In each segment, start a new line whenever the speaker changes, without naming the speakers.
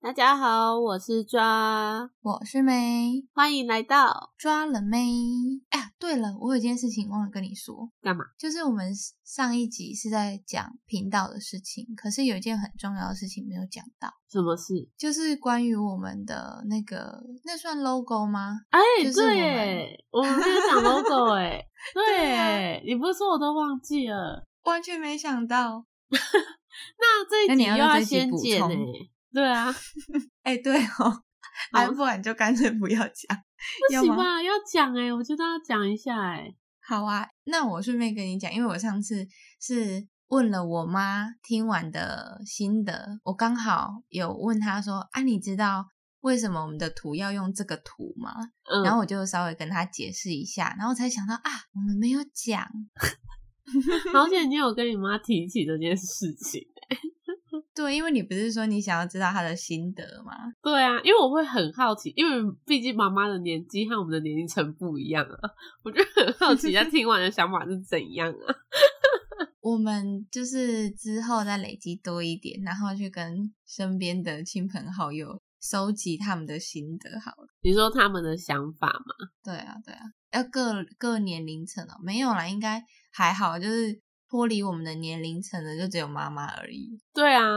大家好，我是抓，
我是梅，
欢迎来到
抓了妹。哎呀，对了，我有件事情忘了跟你说，
干嘛？
就是我们上一集是在讲频道的事情，可是有一件很重要的事情没有讲到，
什么事？
就是关于我们的那个，那算 logo 吗？
哎、
就是我们
对耶， 我们没有讲 logo 哎， 对耶，你不是说我都忘记了？
完全没想到。
那这
那
一集
你
又
要不要这一集
先
补
剪
充
哎，对啊，
哎，对哦， 哎，不然就干脆不要讲，
不
要
行
吗？
吧？要讲哎，我觉得要讲一下哎，
好啊，那我顺便跟你讲，因为我上次是问了我妈听完的心得，我刚好有问她说啊，你知道为什么我们的图要用这个图吗？
嗯，
然后我就稍微跟她解释一下，然后才想到啊，我们没有讲，
嗯好险你有跟你妈提起这件事情。
对，因为你不是说你想要知道她的心得吗？
对啊，因为我会很好奇，因为毕竟妈妈的年纪和我们的年龄层不一样啊，我就很好 奇她听完的想法是怎样啊。
我们就是之后再累积多一点，然后去跟身边的亲朋好友收集他们的心得，好了。
你说他们的想法吗？
对啊，对啊，要各各年龄层哦，没有啦，应该还好，就是脱离我们的年龄层的就只有妈妈而 已，
对啊，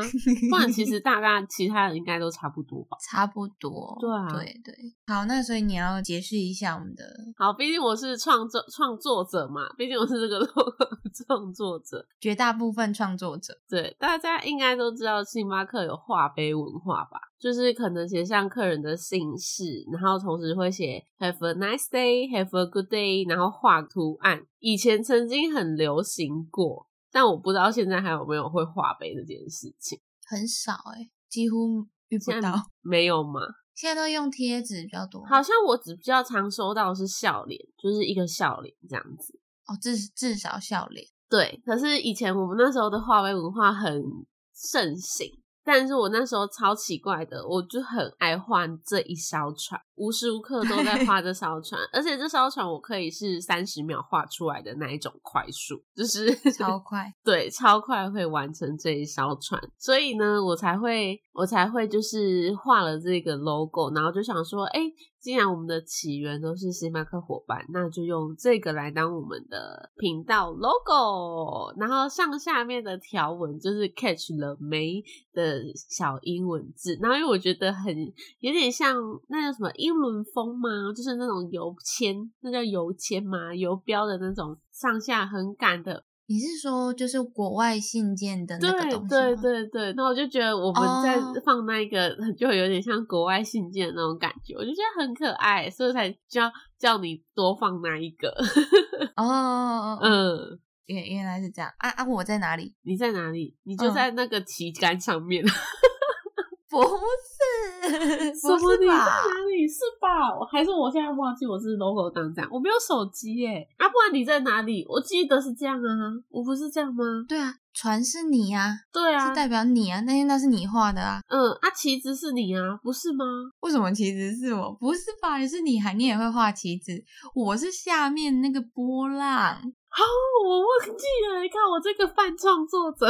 不然其实大家其他人应该都差不多吧。
差不多。
对啊
对对，好，那所以你要解释一下我们的，
好，毕竟我是创作创作者嘛，毕竟我是这个 logo 的创作者。
绝大部分创作者
对，大家应该都知道星巴克有画杯文化吧？就是可能写上客人的姓氏，然后同时会写 Have a nice day, Have a good day，然后画图案。以前曾经很流行过，但我不知道现在还有没有会画杯这件事情，
很少哎、几乎遇不
现在
到，
没有吗？
现在都用贴纸比较多。
好像我只比较常收到的是笑脸，就是一个笑脸这样子。
哦，至至少笑脸，
对，可是以前我们那时候的画眉文化很盛行，但是我那时候超奇怪的，我就很爱画这一艘船，无时无刻都在画这艘船，而且这艘船我可以是三十秒画出来的那一种快速，就是
超快。
对，超快会完成这一艘船，所以呢，我才会我才会就是画了这个 logo，然后就想说，哎，既然我们的起源都是星巴克伙伴，那就用这个来当我们的频道 logo，然后上下面的条纹就是 catch 了没的小英文字，然后因为我觉得很有点像那叫什么英伦风吗？就是那种油签，那叫油签吗？油标的那种上下横杆的。
你是说就是国外信件的那
对
个东西
对
吗
对对，那我就觉得我们在
哦
放那个， 就有点像国外信件的那种感觉，我就觉得很可爱，所以才叫叫你多放那一个。
哦哦，哦哦
嗯，
原原来是这样啊啊！我在哪里？
你在哪里？你
嗯
就在那个旗杆上面。
不是，
什
不
么？
是
你在
吧？
哪里？是吧？我还是我现在忘记我是 logo 当这样，我没有手机耶。啊，不然你在哪里？我记得是这样啊，我不是这样吗？
对啊，船是你呀、
对啊
是，代表你啊，那些那是你画的啊。
嗯，啊，旗子是你啊，不是吗？
为什么旗子是我？不是吧？你是你还你也会画旗子，我是下面那个波浪。
哦，我忘记了，你看我这个泛创作者。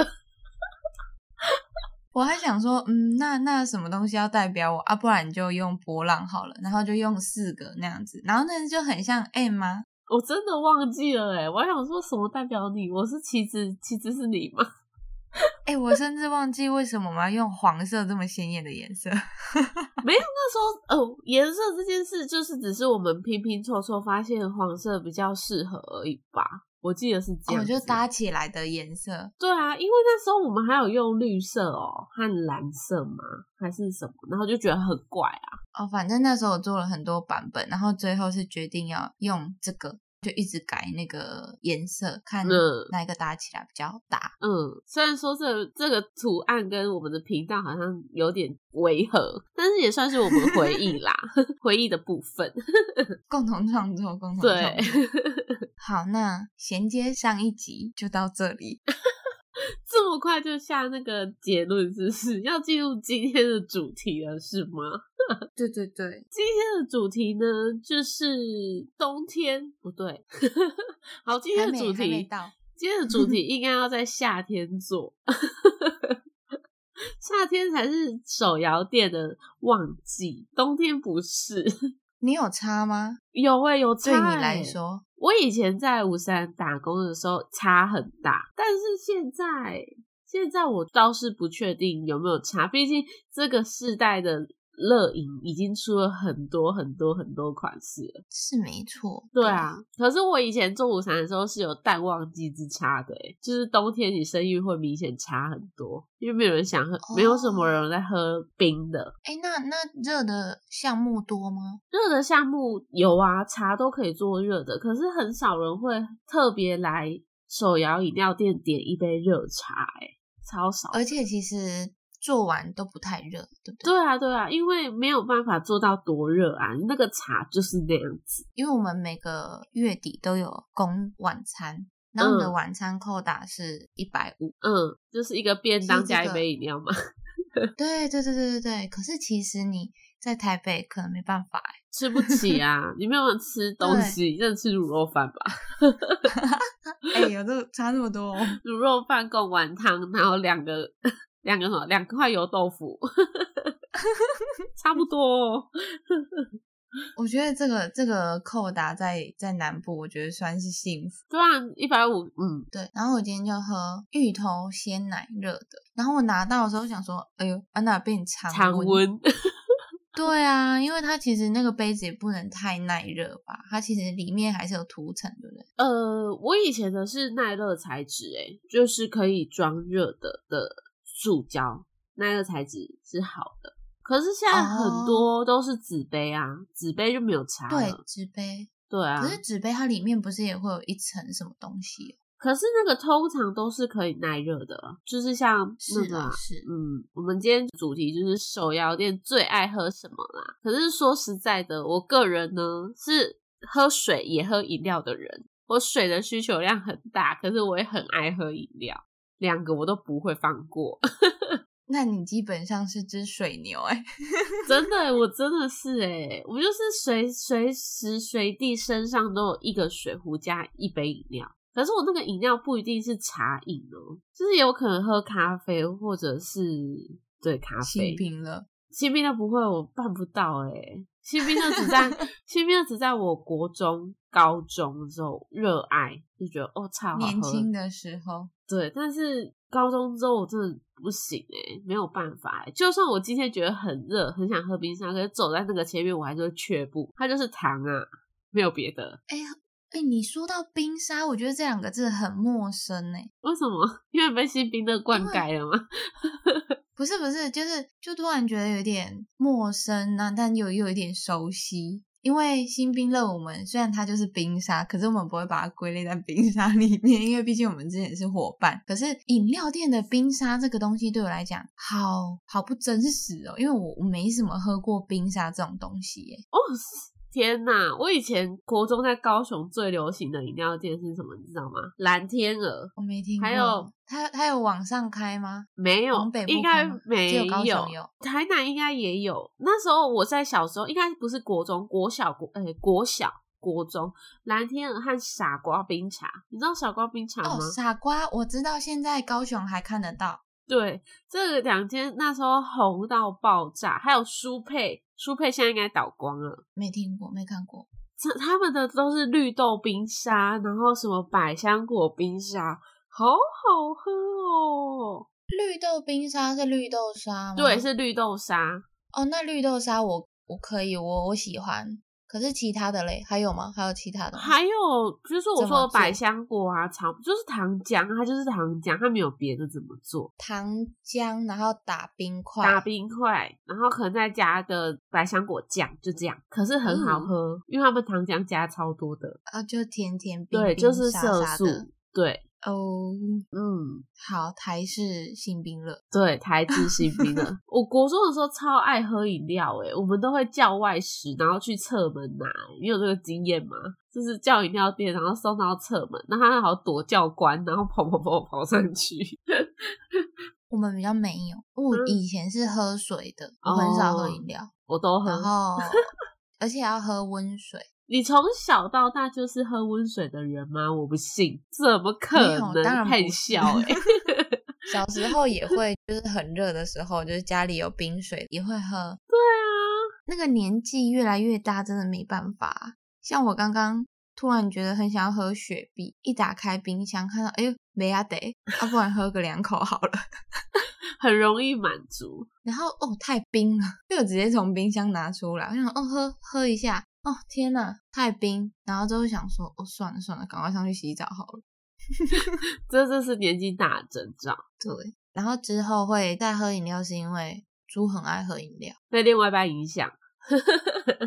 我还想说，嗯，那那什么东西要代表我啊？不然你就用波浪好了，然后就用四个那样子，然后那就很像 M 吗？
我真的忘记了哎，我还想说什么代表你？我是旗子，旗子是你吗？
哎、我甚至忘记为什么我们要用黄色这么鲜艳的颜色。
没有，那时候哦，颜色这件事就是只是我们拼拼凑凑发现黄色比较适合而已吧。我记得是这样
我
子、
哦就搭起来的颜色，
对啊，因为那时候我们还有用绿色哦和蓝色嘛，还是什么，然后就觉得很怪啊。
哦，反正那时候我做了很多版本，然后最后是决定要用这个，就一直改那个颜色，看
嗯
哪一个搭起来比较搭。
嗯，虽然说这这个图案跟我们的频道好像有点违和，但是也算是我们回忆啦， 回忆的部分。
共同创作，共同创
对
作。。好，那衔接上一集就到这里。
这么快就下那个结论，是不是 要进入今天的主题了，是吗？
对对对，
今天的主题呢，就是冬天，不对， 好，今天的
还没
主
还没
题，
到，
今天的主题应该要在夏天做， 夏天才是手摇店的旺季，冬天不是。
你有差吗？
有诶、有差、
对
欸、
你来说，
我以前在五三打工的时候差很大，但是现在现在我倒是不确定有没有差，毕竟这个世代的乐饮已经出了很多很多很多款式了。
是没错。
对啊，可是我以前做午餐的时候是有淡旺季之差的、欸，就是冬天你生意会明显差很多，因为没有人想喝，没有什么人在喝冰的。
对，哎，那那热的项目多吗？
热的项目有啊，茶都可以做热的，可是很少人会特别来手摇饮料店点一杯热茶、欸，超少。
而且其实做完都不太热，对不对？
对啊，对啊，因为没有办法做到多热啊，那个茶就是那样子。
因为我们每个月底都有供晚餐，然后我们的
嗯
晚餐扣打是一百五。
嗯，就是一个便
其
当
实
加
这
一
个
杯饮料嘛，
对对对对对对。可是其实你在台北可能没办法欸，
吃不起啊！你没有吃东西，你真的吃卤肉饭吧？
哎、有这差那么多、哦。
卤肉饭贡丸汤，然后两个两个什么两块油豆腐， 差不多、哦。
我觉得这个这个扣打在在南部，我觉得算是幸福。
对啊，一百五，嗯，
对，然后我今天就喝芋头鲜奶热的，然后我拿到的时候想说，哎呦，安娜变常
常温。
对啊，因为它其实那个杯子也不能太耐热吧，它其实里面还是有涂层，对不对？
呃，我以前的是耐热材质，诶，就是可以装热的的塑胶，耐热材质是好的。可是现在很多都是纸杯啊，纸杯就没有差
哦对，
了。
纸杯，
对啊
可，是纸杯它里面不是也会有一层什么东西、哦？
可是那个通常都是可以耐热的啊，就是像那
是
个
啊
啊，
是，
嗯，我们今天主题就是手摇店最爱喝什么啦。可是说实在的，我个人呢是喝水也喝饮料的人，我水的需求量很大，可是我也很爱喝饮料，两个我都不会放过。
那你基本上是只水牛哎、
真的欸、我真的是哎、我就是随随时随地身上都有一个水壶加一杯饮料。可是我那个饮料不一定是茶饮哦，就是有可能喝咖啡或者是对咖啡
性。病了。
新兵的不会，我办不到哎、欸。新兵的只在 新兵的只在我国中、高中的时候热爱，就觉得哦，超好喝。
年轻的时候，
对，但是高中之后我真的不行哎、欸，没有办法、欸。就算我今天觉得很热，很想喝冰沙，可是走在那个前面，我还是会却步。它就是糖啊，没有别的。
哎呀，哎，你说到冰沙，我觉得这两个字很陌生哎、
为什么？ 因为被新兵的灌溉了吗？
不是不是，就是就突然觉得有点陌生啊，但又又有一点熟悉。因为新冰乐，我们虽然它就是冰沙，可是我们不会把它归类在冰沙 里面，因为毕竟我们之前是伙伴。可是饮料店的冰沙这个东西对我来讲，好好不真实哦，因为我我没什么喝过冰沙这种东西耶。
哦，天哪！我以前国中在高雄最流行的饮料店是什么？你知道吗？蓝天鹅。
我没听过。
还有
它它有往上开吗？
没有
往北，部
应该
开吗
没
只有高雄有
台南应该也有。那时候我在小时候，应该不是国中、国小、国诶、国小、国中，蓝天鹅和傻瓜冰茶，你知道傻瓜冰茶吗？
哦，傻瓜，我知道现在高雄还看得到。
对，这两间那时候红到爆炸，还有舒佩，舒佩现在应该倒光了。
没听过，没看过。
这他们的都是绿豆冰沙，然后什么百香果冰沙，好好喝哦。
绿豆冰沙是绿豆沙吗？
对，是绿豆沙，
哦，那绿豆沙我我可以，我我喜欢。可是其他的嘞，还有吗？还有其他的吗？
还有就是我
怎
说
么
的
做
百香果啊，糖就是糖浆，它就是糖浆，它没有别的怎么做，
糖浆，然后打冰块，
打冰块，然后可能再加个百香果酱，就这样。可是很好
嗯
喝，因为他们糖浆加超多的，
啊，就甜甜冰冰，
对，就是
沙
色
沙
素
的。，
对，
哦，
嗯，
好，台式性冰乐，
对，台制新冰的。 我国中的时候超爱喝饮料、欸，诶，我们都会叫外食，然后去侧门拿、你有这个经验吗？就是叫饮料店，然后送到侧门，那他好像躲教官，然后跑跑跑跑上去。
我们比较没有。我
嗯哦
以前是喝水的，我很少喝饮料，
我都
然
喝。
后 而且要喝温水，
你从小到大就是喝温水的人吗？我不信，怎么可
没有
能？欸
当然不
太
是
小诶、
小时候也会，就是很热的时候，就是家里有冰水也会喝。
对啊，
那个年纪越来越大，真的没办法。像我刚刚突然觉得很想要喝雪碧，一打开冰箱看到，哎呦，没啊得，啊，不然喝个两口好了。
很容易满足。
然后哦，太冰了，就直接从冰箱拿出来，我想哦喝喝一下，哦天呐，太冰。然后之后想说，哦算了算了，赶快上去洗澡好了。
这就是年纪大的征兆。
对，然后之后会再喝饮料，是因为猪很爱喝饮料。
被另外一半影响，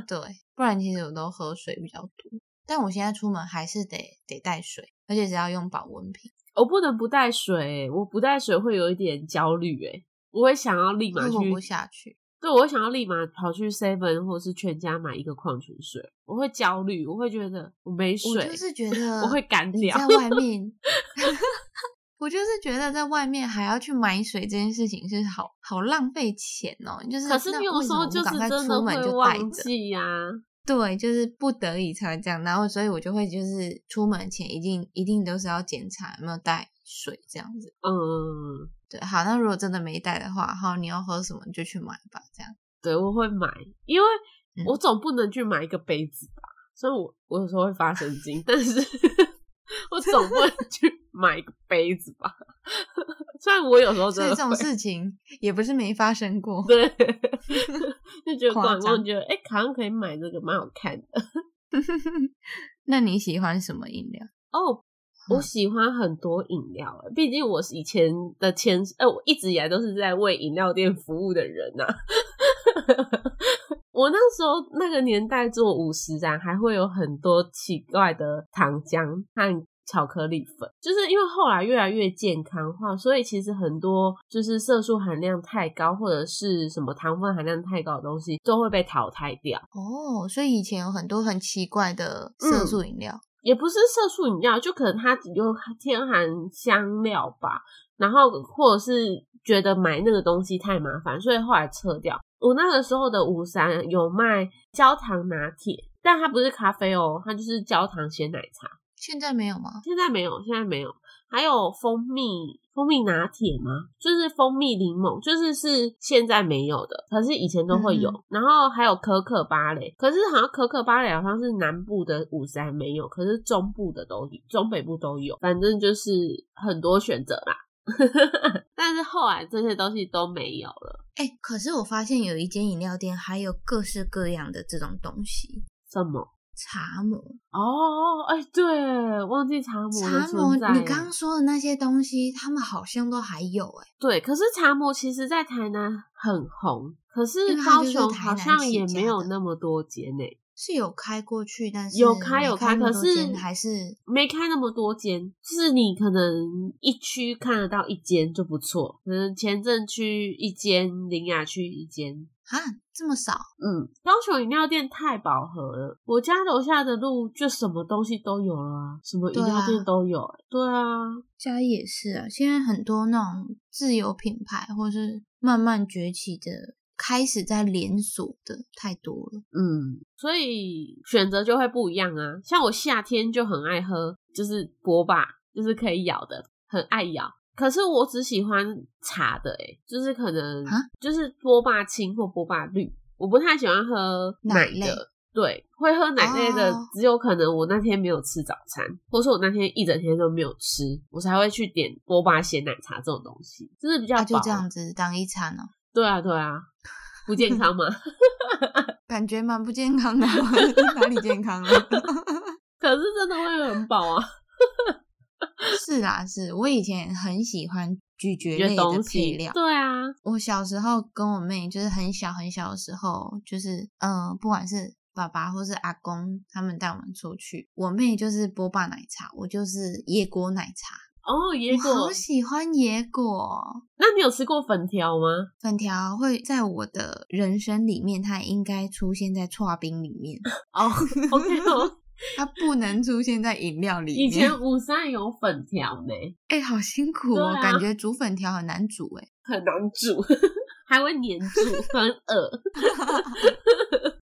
对，不然其实我都喝水比较多，但我现在出门还是得得带水，而且只要用保温瓶。
我不能不带水、欸我不带水会有一点焦虑，哎，我会想要立马
会
去
活哦不下去。
对，我会想要立马跑去 Seven 或是全家买一个矿泉水，我会焦虑，我会觉得我没水，
我就是觉得
我会干
你
掉
在外 面，我就是觉得在外面还要去买水这件事情是好好浪费钱哦。就是
可是
那
你有
为什
时
么
候
我
就
赶
是
快
真
出
的
门
会
就带
忘
着，
记啊呀、
对，就是不得已才会这样。然后所以我就会就是出门前一定一定都是要检查有没有带水这样子。
嗯，
对，好，那如果真的没带的话，好，你要喝什么你就去买吧，这样。
对，我会买，因为
嗯
我总不能去买一个杯子吧，所以我我有时候会发神经，但是 我总不能去买一个杯子吧。 虽然我有时候
所
真
以
的
这种
会
事情也不是没发生过。
对，就觉得
夸
逛一逛，
张
觉得哎、诶好像可以买这个，蛮好看的。
那你喜欢什么饮料？
哦，我
嗯
喜欢很多饮料，诶毕竟我是以前的前，哎、我一直以来都是在为饮料店服务的人呐、 我那时候那个年代做五十然还会有很多奇怪的糖浆和巧克力粉，就是因为后来越来越健康化，所以其实很多就是色素含量太高或者是什么糖分含量太高的东西都会被淘汰掉。
哦，所以以前有很多很奇怪的
嗯
色素饮料，
也不是色素饮料，就可能它有天含香料吧，然后或者是觉得买那个东西太麻烦，所以后来撤掉。我那个时候的五三有卖焦糖拿铁，但它不是咖啡哦，它就是焦糖鲜奶茶。
现在没有吗？
现在没有，现在没有。还有蜂蜜蜂蜜拿铁吗？就是蜂蜜柠檬，就是是现在没有的，可是以前都会有。
嗯
然后还有可可芭蕾，可是好像可可芭蕾好像是南部的五十还没有，可是中部的都有，中北部都有，反正就是很多选择啦。 但是后来这些东西都没有了，
哎、可是我发现有一间饮料店还有各式各样的这种东西，
什么？
茶模、
哦，哎、对，忘记茶魔的
茶模，
存在
你
了
刚刚说的那些东西，他们好像都还有哎、
对，可是茶魔其实在台南很红，可是
因为它
高
就是
雄
台
好
南
像
起
也
家
没有
的
那么多间呢、
是有开过去，但是
有开有
没
开，
那
可
么多间
是
还是
没开那么多间，就是你可能一区看得到一间就不错，可能前镇区一间，林雅区一间。
啊这么少，
嗯，高雄饮料店太饱和了，我家楼下的路就什么东西都有了、啊，什么饮
对
料店
啊
都有、欸。对啊，
家也是啊，现在很多那种自有品牌或是慢慢崛起的，开始在连锁的太多了。
嗯，所以选择就会不一样啊。像我夏天就很爱喝，就是波霸，就是可以咬的，很爱咬。可是我只喜欢茶的、欸，就是可能
啊
就是波霸青或波霸绿，我不太喜欢喝奶
奶类
的。对，会喝奶类的
哦
只有可能我那天没有吃早餐，或是我那天一整天都没有吃，我才会去点波霸鲜奶茶这种东西，就是比较
啊，就
饱。
这样子当一餐哦，
对啊，对啊，不健康吗？
感觉蛮不健康的，哪里健 康了？啊
可是真的会很饱啊。
是啦，是我以前很喜欢咀嚼
觉
类
得
的
东
配
西，
料。
对啊，
我小时候跟我妹就是很小很小的时候，就是嗯、呃不管是爸爸或是阿公他们带我们出去，我妹就是波霸奶茶，我就是椰果奶茶。
哦，野
我
果
好。喜欢野果
那你有吃过粉条吗？
粉条，会在我的人生里面，它应该出现在刨冰里 面，
哦 ，OK 哦。
它不能出现在饮料里面。
以前五三有粉条呢，
哎、好辛苦哦，
对啊
感觉煮粉条很难煮哎，
很难煮，还会粘住，很恶。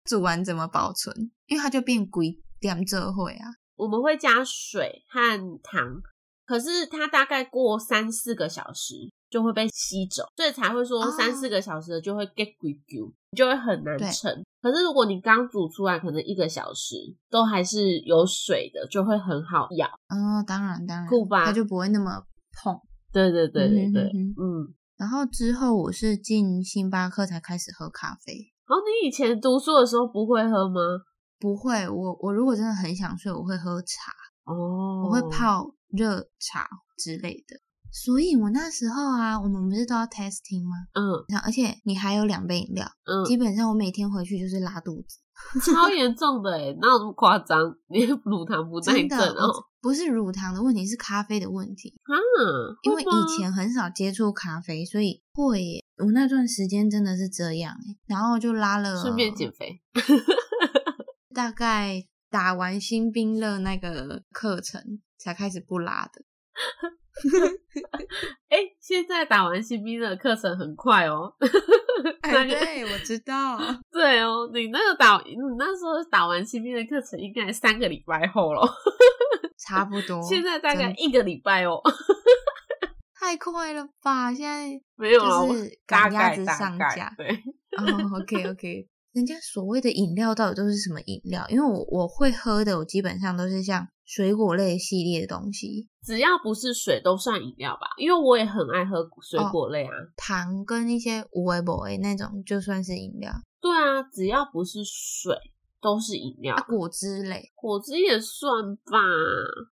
煮完怎么保存？因为它就变鬼点这会啊。
我们会加水和糖，可是它大概过三四个小时就会被吸走，所以才会说
哦
三四个小时的就会 get 咕咕，就会很难
对
盛。可是如果你刚煮出来，可能一个小时都还是有水的，就会很好咬。
哦，当然当然，
酷吧
它就不会那么碰。
对对对对对，
嗯哼哼
嗯。
然后之后我是进星巴克才开始喝咖啡。
然后哦你以前读书的时候不会喝吗？
不会，我我如果真的很想睡，我会喝茶，
哦
我会泡热茶之类的。所以我那时候啊，我们不是都要 testing 吗？
嗯
然后而且你还有两杯饮料，
嗯，
基本上我每天回去就是拉肚子，
超严重的哎，哪有那么夸张？你的乳糖不耐
真
症
的，
哦
我不是乳糖的问题，是咖啡的问题。
啊？
因为
会吗
以前很少接触咖啡，所以会耶。我那段时间真的是这样耶，然后就拉了，
顺便减肥，
大概打完新兵乐那个课程才开始不拉 的。
哎、现在打完新兵的课程很快哦。
哎，对，我知道，
对哦，你那个打，你那时候打完新兵的课程应该三个礼拜后咯，
差不多。
现在大概
哦真
一个礼拜哦。
太快了吧？现在
没有啊，
就
我
是
大
赶鸭
概
子
大
上
概
架。
对，
哦，OK OK。人家所谓的饮料到底都是什么饮料？因为我我会喝的，我基本上都是像水果类系列的东西，
只要不是水都算饮料吧，因为我也很爱喝水
哦
果类啊。
糖跟一些无为不为那种，就算是饮料
对啊，只要不是水都是饮料
啊，，果汁类。
果汁也算吧，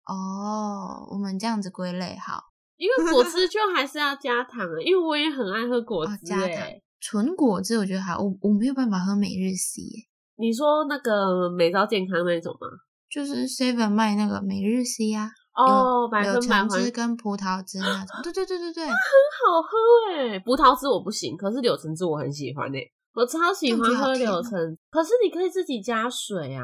哦，我们这样子归类好，
因为果汁就还是要加糖啊，因为我也很爱喝果
哦
汁、
加
欸
糖纯果汁我觉得还我我没有办法喝每日 C，耶
你说那个美招健康那种吗？
就是 Seven 卖那个每日 C 呀、
哦，百
有
分百
橙
还
汁跟葡萄汁那种。对对对对对，
好喝哎、葡萄汁我不行，可是柳橙汁我很喜欢哎、我超喜欢喝
这
柳
样子好
橙。可是你可以自己加水啊。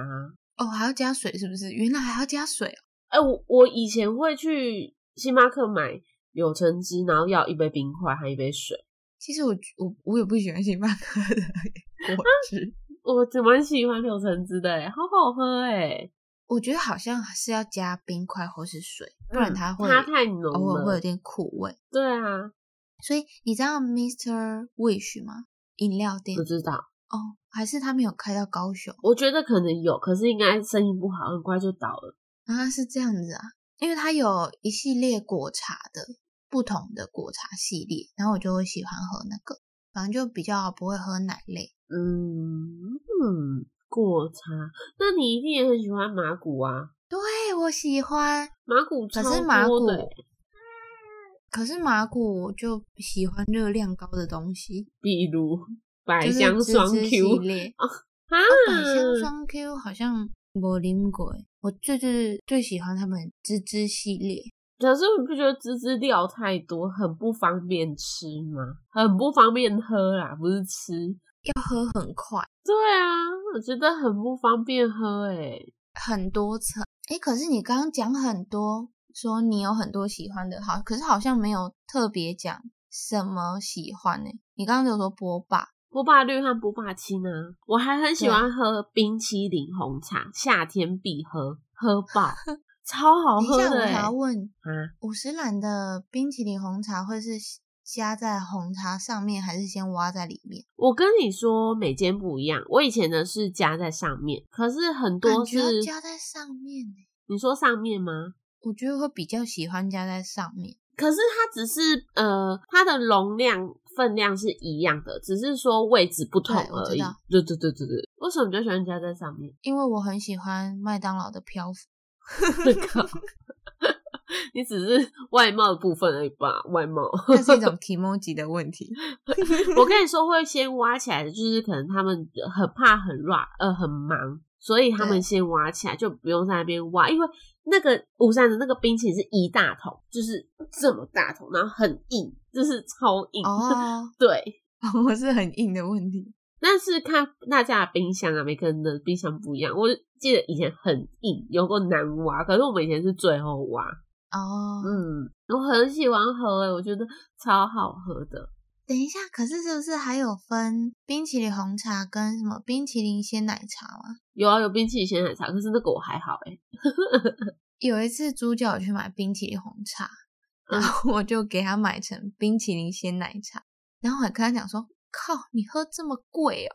哦，还要加水是不是？原来还要加水哦。
哎、我我以前会去星巴克买柳橙汁，然后要一杯冰块和一杯水，
其实我我我也不喜欢星巴克的 果汁，
我怎么喜欢柳橙汁的、欸，好好喝哎、
我觉得好像是要加冰块或是水，不然它会
嗯它太浓
偶尔会有
了。
点苦味。
对啊，
所以你知道 Mr. Wish 吗？饮料店
不知道，
哦，还是他没有开到高雄
我觉得可能有，可是应该生意不好，很快就倒了。
啊？是这样子啊，因为它有一系列果茶的不同的果茶系列，然后我就会喜欢喝那个，反正就比较不会喝奶类。
嗯嗯，果茶，那你一定也很喜欢麻古啊？
对我喜欢，
麻古超
可
多的、
是麻古
欸
可是麻古我就喜欢热量高的东西，
比如百
就是
香
芝
双
芝
Q
系 列。
啊，
百香双 Q 好像我啉过欸，我最最最喜欢他们芝芝系列。
可是你不觉得芝芝料太多，很不方便吃吗？很不方便喝啦，不是吃。
要喝很快，
对啊，我觉得很不方便喝欸诶、
很多层。哎，可是你刚刚讲很多，说你有很多喜欢的，好，可是好像没有特别讲什么喜欢呢、你刚刚有说波霸，
波霸绿和波霸青啊，我还很喜
啊
欢喝冰淇淋红茶，夏天必喝，喝 爆，超好
等
喝的、
一下我
欸、
还要问，
啊！
五十岚的冰淇淋红茶会是加在红茶上面，还是先挖在里面？
我跟你说，每间不一样。我以前的是加在上面，可是很多
感
是
啊觉要加在上面、欸，
你说上面吗？
我觉得会比较喜欢加在上面。
可是它只是呃，它的容量分量是一样的，只是说位置不同
对我
而
知
已
道。
对对对对对，为什么你就喜欢加在上面？
因为我很喜欢麦当劳的漂浮，
靠你只是外貌的部分而已吧，外貌。
那是一 种 emoji 的问 题。
我跟你说，会先挖起来的，就是可能他们很怕很 ra，呃，很忙，所以他们
对
先挖起来，就不用在那边挖，因为那个五山的那个冰淇淋是一大桶，就是这么大桶，然后很硬，就是超硬。
哦，
对，
我是很硬的问题。
但是看大家的冰箱啊，每个人的冰箱不一样。我记得以前很硬，有过难挖，可是我们以前是最后挖。
哦，
嗯，我很喜欢喝诶、欸我觉得超好喝的。
等一下，可是是不是还有分冰淇淋红茶跟什么冰淇淋鲜奶茶吗？
有啊，有冰淇淋鲜奶茶，可是那个我还好欸诶、
有一次猪脚去买冰淇淋红茶，
嗯
然后我就给他买成冰淇淋鲜奶茶，然后我还跟他讲说：“靠，你喝这么贵哦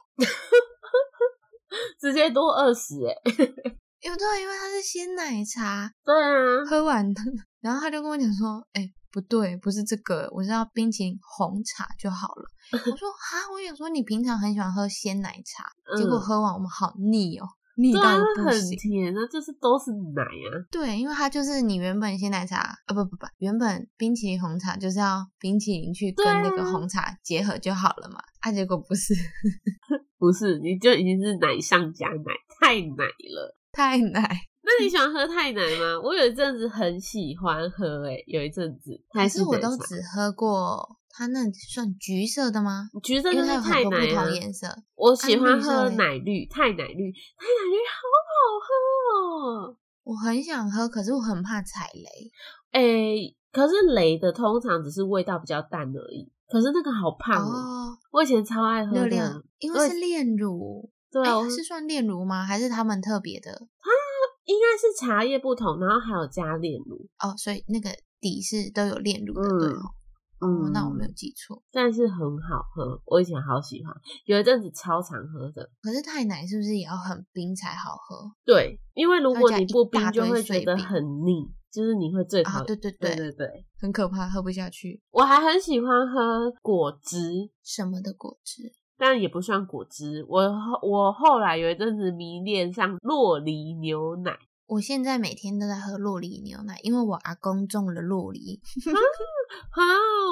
直接多二十哎。！”
因为对，因为它是鲜奶茶，
对啊，
喝完的。然后他就跟我讲说：“哎、不对，不是这个，我是要冰淇淋红茶就好了。”我说：“啊，我想说你平常很喜欢喝鲜奶茶，结果
嗯
喝完我们好腻哦，腻
对啊，
到
那
不
很
行。
甜啊，就是都是奶啊。
对，因为它就是你原本鲜奶茶啊，不不不，原本冰淇淋红茶就是要冰淇淋去跟
对
那个
啊
红茶结合就好了嘛。啊，结果不是，
不是，你就已经是奶上加奶，太奶了。
太奶。
那你喜欢喝太奶吗？我有一阵子很喜欢喝诶、有一阵子。
可是我
台
都
式奶
只喝过它那算橘色的吗？
茶橘色
因
就
为它
是
有很
太
多
奶
不
啊
同，颜色。
我喜欢
绿色
喝
嘞
奶绿，太奶绿，太奶绿好好喝哦。
我很想喝，可是我很怕踩雷。
诶、可是雷的通常只是味道比较淡而已。可是那个好胖哦，
哦，
我以前超爱喝
热
的。
量，因
我
为是炼乳，
对
哎
啊，我，
是算炼乳吗？还是他们特别的？
应该是茶叶不同，然后还有加炼乳。
哦，所以那个底是都有炼乳的，对
嗯
哦。哦，那我没有，记错。
但是很好喝，我以前好喜欢，有一阵子超常喝的。
可是太奶是不是也要很冰才好喝
对，因为如
它
果
加
你
一
不
大
冰，就
堆
会
碎
觉得
冰
很腻，就是你会最讨
啊？对对
对
对，
对对，
很可怕，喝不下去。
我还很喜欢喝果汁，
什么的果汁？
但也不算果汁。我后我后来有一阵子迷恋上洛梨牛奶。
我现在每天都在喝洛梨牛奶，因为我阿公种了洛梨。
啊，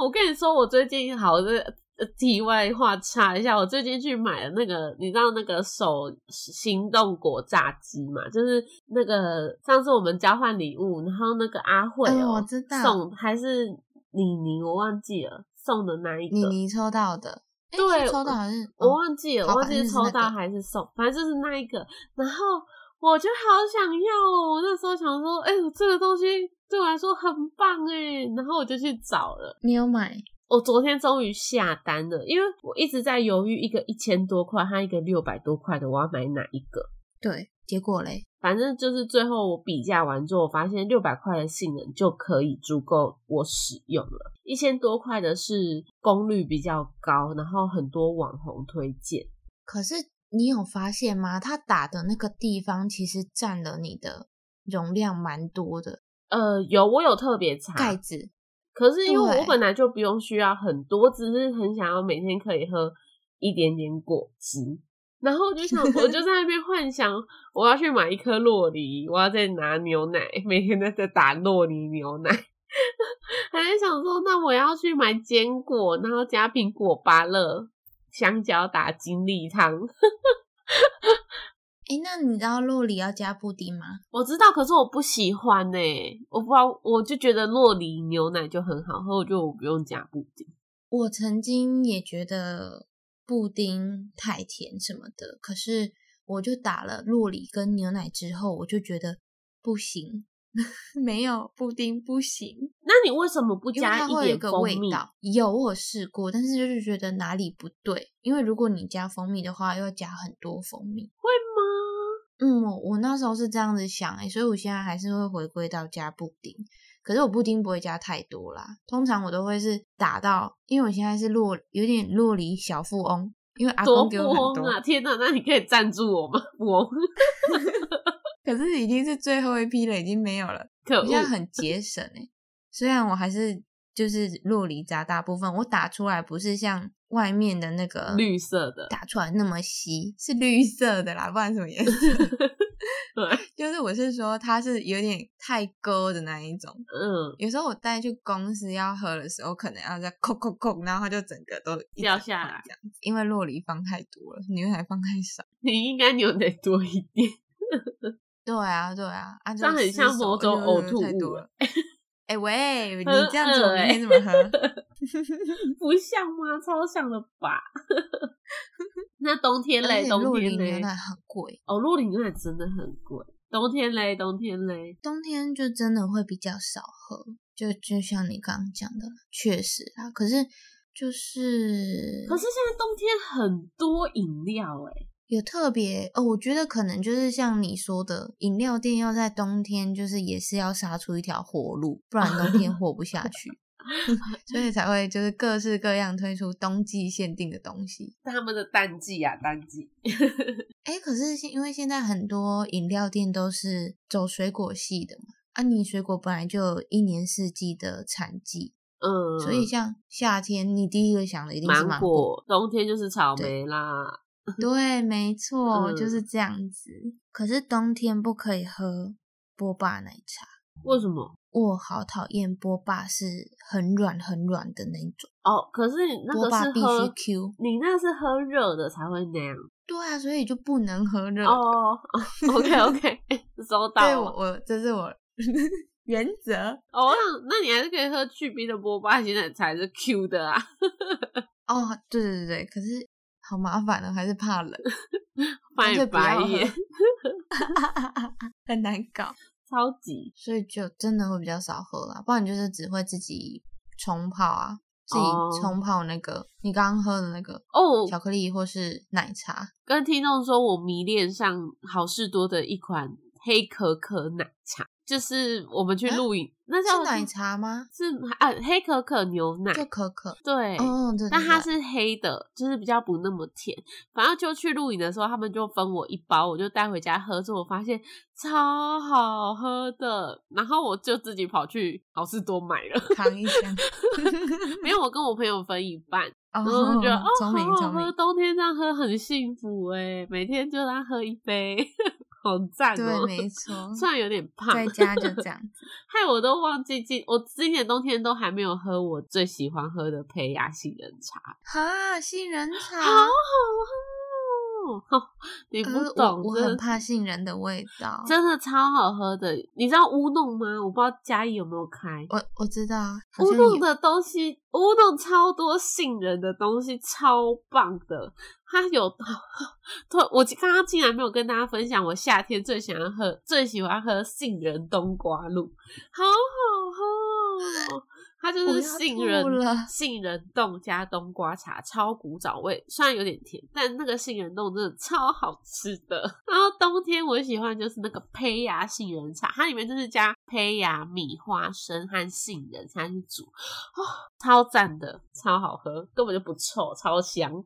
我跟你说，我最近好这呃题外话插一下，我最近去买了那个，你知道那个手行动果榨汁嘛？就是那个上次我们交换礼物，然后那个阿慧、
嗯
哦
我知道
送还是李宁，我忘记了送的那一
妮
个，
妮抽到的，哎是
对
抽到还是
我
哦
忘记了，
好
我忘
反
记
正
是
是
抽
那
到
个
还是送，反正就是那一个。然后我就好想要哦，我那时候想说，哎、呦，这个东西对我来说很棒哎，然后我就去找了。
你有买？
我昨天终于下单了，因为我一直在犹豫一个一千多块和一个六百多块的，我要买哪一个。
对，结果嘞，
反正就是最后我比价完之后，我发现六百块的性能就可以足够我使用了，一千多块的是功率比较高，然后很多网红推荐。
可是你有发现吗？它打的那个地方其实占了你的容量蛮多的，
呃，有我有特别查，
盖子
可是因为我
对
本来就不用需要很多，我只是很想要每天可以喝一点点果汁。然后我就想，我就在那边幻想，我要去买一颗洛梨，我要再拿牛奶，每天都在打洛梨牛奶。 还在想说，那我要去买坚果，然后加苹果芭乐、香蕉打精力汤。
哎，那你知道洛里要加布丁吗？
我知道，可是我不喜欢呢、我不知道，我就觉得洛梨牛奶就很好喝，我觉得我不用加布丁。
我曾经也觉得布丁太甜什么的，可是我就打了洛里跟牛奶之后，我就觉得不行， 没有布丁不行，
那你为什么不
因为
加
它
一
会有一
点
个
蜂
味
蜜？
道。有我有试过，但是就是觉得哪里不对，因为如果你加蜂蜜的话，又要加很多蜂蜜。
会吗？
嗯，我我那时候是这样子想欸诶、所以我现在还是会回归到加布丁，可是我布丁不会加太多啦，通常我都会是打到，因为我现在是落有点落离小富翁，因为阿
多
公
富
给我很
翁
多，
啊！天哪，那你可以赞助我吗？ 富翁，
可是已经是最后一批了，已经没有了，
可
我
恶
现！在很节省诶、虽然我还是就是落离渣大部分，我打出来不是像外面的那个
绿色的，
打出来那么稀，是绿色的啦，不然什么颜色？
对，
就是我是说它是有点太割的那一种。
嗯，
有时候我带去公司要喝的时候，可能要在扣扣扣，然后它就整个都一
掉
整
下
块
来
这样子，因为洛梨放太多了，牛奶放太少。
你应该牛奶多一点。
对啊，对啊，啊，
这样很像某种呕吐
太
物欸
多了。哎、 喂，你
很
这样子，我
恶
明
欸
天怎么喝？
不像吗？超像的吧？ 那冬天
而
嘞，
且
冬
鹿
天
林牛
嘞，
奶很贵，
哦，鹿林牛奶真的很贵。冬天嘞，冬天嘞，
冬天就真的会比较少喝，就就像你刚刚讲的，确实啊。可是就是，
可是现在冬天很多饮料哎、
有特别哦，我觉得可能就是像你说的，饮料店要在冬天就是也是要杀出一条活路，不然冬天活不下 去。 所以才会就是各式各样推出冬季限定的东西。
他们的淡季啊，淡季。
哎，可是现因为现在很多饮料店都是走水果系的嘛，啊，你水果本来就有一年四季的产季，
嗯，
所以像夏天，你第一个想的一定是
芒
芒
果，冬天就是草莓啦。
对，没错，
嗯
就是这样子。可是冬天不可以喝波霸奶茶，
为什么？
我好讨厌波霸是很软很软的那一种，
哦，可是你那
波
个
霸
是
必
喝，
须 Q。
你那是喝热的才会那样。
对啊，所以就不能喝热的。
哦，OK OK，收到
对
了。
我我这是我 原则。
哦，我想那你还是可以喝去冰的波霸鲜奶茶是 Q 的啊，
哦，对对对，可是好麻烦哦，还是怕冷， 干
翻
脆不要
白
喝
眼，
很难搞，
超级
所以就真的会比较少喝啦，不然就是只会自己冲泡啊，自
哦
己冲泡那个、你刚刚喝的那个
哦。
巧克力或是奶茶。
跟听众说，我迷恋上好事多的一款黑可可奶茶，就是我们去
啊
露营，那叫
是奶茶吗？
是啊黑可可牛奶，
就可可。
对。
哦，对对对。
但它是黑的，就是比较不那么甜。反正就去露营的时候，他们就分我一包，我就带回家喝。之后我发现超好喝的，然后我就自己跑去好事多买 了。
扛 一哦箱。
没有，我跟我朋友分一半，然后
哦
就觉得哦，，
聪明
好好
聪
喝，
明。
冬天这样喝很幸福哎，每天就让它喝一杯，好赞
对，
哦。
没错。
虽然有点胖，
在家就 这样子。
害我都忘记今我今年冬天都还没有喝我最喜欢喝的胚芽杏仁茶，
哈，杏仁茶。
好好喝哦！你不
可是呃我
懂，
我
真
很
的
怕杏仁的味道。
真的超好喝的。你知道乌弄吗？我不知道嘉义有没有开。
我我知道啊，好
乌
像
弄
有
的东西，乌弄超多杏仁的东西，超棒的。它有， 突然我刚刚竟然没有跟大家分享，我夏天最喜欢喝、最喜欢喝杏仁冬瓜露，好好喝哦！它就
我
是
要
杏
吐
仁
了
杏仁冻加冬瓜茶，超古早味，虽然有点甜，但那个杏仁冻真的超好吃的。然后冬天我喜欢就是那个胚芽杏仁茶，它里面就是加胚芽、米花生和杏仁下去煮，哦，超赞的，超好喝，根本就不臭，超香。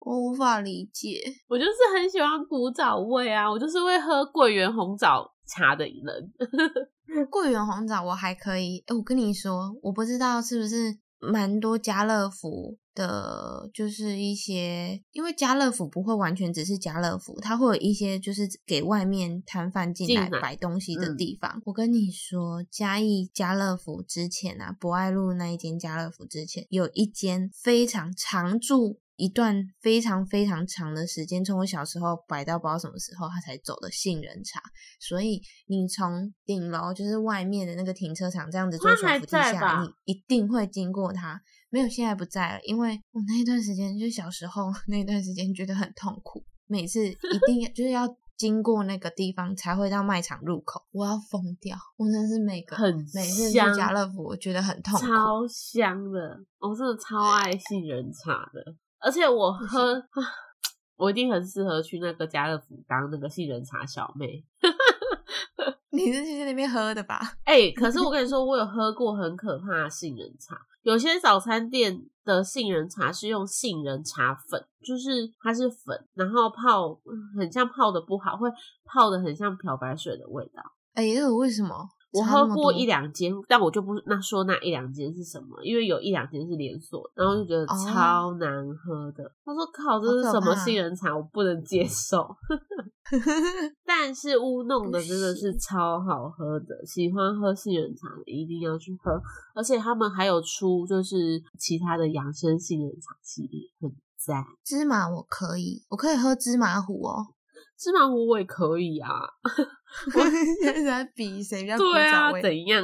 我无法理解。
我就是很喜欢古早味啊，我就是会喝桂圆红枣茶的人。
桂圆红枣我还可以，哎，我跟你说，我不知道是不是蛮多家乐福的，就是一些，因为家乐福不会完全只是家乐福，它会有一些就是给外面摊贩进来
进来
摆东西的
嗯
地方。我跟你说，嘉义家乐福之前啊，博爱路那一间家乐福之前有一间非常常驻。一段非常非常长的时间，从我小时候摆到不知道什么时候，它才走的杏仁茶。所以你从顶楼就是外面的那个停车场这样子坐
它
手
还
扶梯
在
下
吧
来，你一定会经过它。没有，现在不在了，因为我那一段时间就是小时候 那段时间觉得很痛苦，每次一定要 就是要经过那个地方才会到卖场入口，我要疯掉，我真的是每个
很
每次去
香
家乐福，我觉得很痛苦。
超香的，我真的超爱杏仁茶的，而且我喝， 我一定很适合去那个家乐福当那个杏仁茶小妹。
你是去那边喝的吧？
哎、可是我跟你说，我有喝过很可怕的杏仁茶，有些早餐店的杏仁茶是用杏仁茶粉，就是它是粉，然后泡很像泡的不好，会泡的很像漂白水的味道。
哎呦，为什么？
我
差那
喝
么
过
多
一两间，但我就不那说那一两间是什么，因为有一两间是连锁，然后就觉得
哦
超难喝的。他说：“靠，这是
好可
什么
怕
杏仁茶？我不能接受。” 但是 乌弄的真的是
不
超好喝的，喜欢喝杏仁茶的一定要去喝，而且他们还有出就是其他的养生杏仁茶系列，很赞。
芝麻我可以，我可以喝芝麻糊哦。
芝麻糊我也可以啊，
现在在比谁比较古
对
早
啊，
味。
怎样？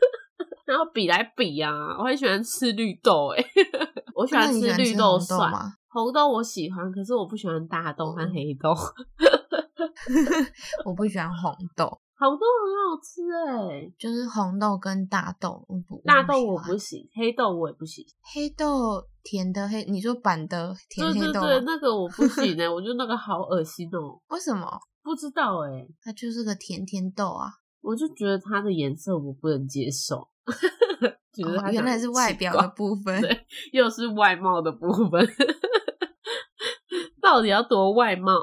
然后比来比啊，我很喜欢吃绿豆哎、 我喜
那
欢
你喜
吃
欢
绿
吃
豆
红豆
蒜，
吗？哦
红豆我喜欢，可是我不喜欢大豆和黑豆，
我不喜欢红豆，
红豆很好吃哎、
就是红豆跟大豆，我不
大豆我
我
不
喜欢
行，黑豆我也不行，
黑豆甜的黑，你说板的甜
对
黑
对
豆
对，
吗？
那个我不行哎、我觉得那个好恶心哦、
为什么？
不知道哎、
它就是个甜甜豆啊！
我就觉得它的颜色我不能接受， 觉得
哦
它、
原来是外表的部 分，
对又是外貌的部分， 到底要多外貌？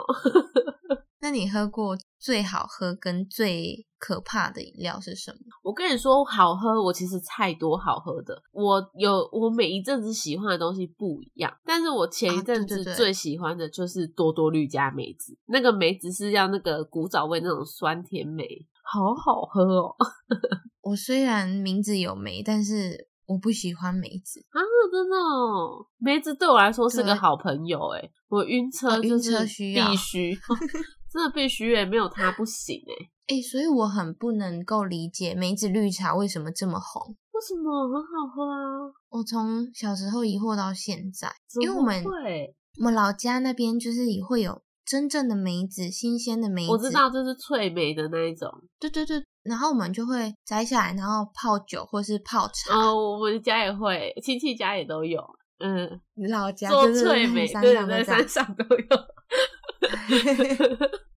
那你喝过最好喝跟最可怕的饮料是什么？
我跟你说，好喝，我其实太多好喝的。我有我每一阵子喜欢的东西不一样，但是我前一
啊对
阵
对
子
对
最喜欢的就是多多绿加梅子，那个梅子是要那个古早味那种酸甜梅，好好喝哦！
我虽然名字有梅，但是我不喜欢梅子。
啊，真的哦，梅子对我来说是个
对
好朋友哎，我晕
啊
车
晕
就是
车需要
必 须，真的必须哎，没有它不行哎。
哎、所以我很不能够理解梅子绿茶为什么这么红。
为什么很好喝啊？
我从小时候疑惑到现在，
怎
因为
么
我们
会
我们老家那边就是也会有真正的梅子，新鲜的梅子，
我知道这是脆梅的那一种。
对对对，然后我们就会摘下来，然后泡酒或是泡茶。
哦，我们家也会，亲戚家也都有。嗯，
老家
做
啊就是
脆梅，
山
对
上
对，
都这样
山上都有。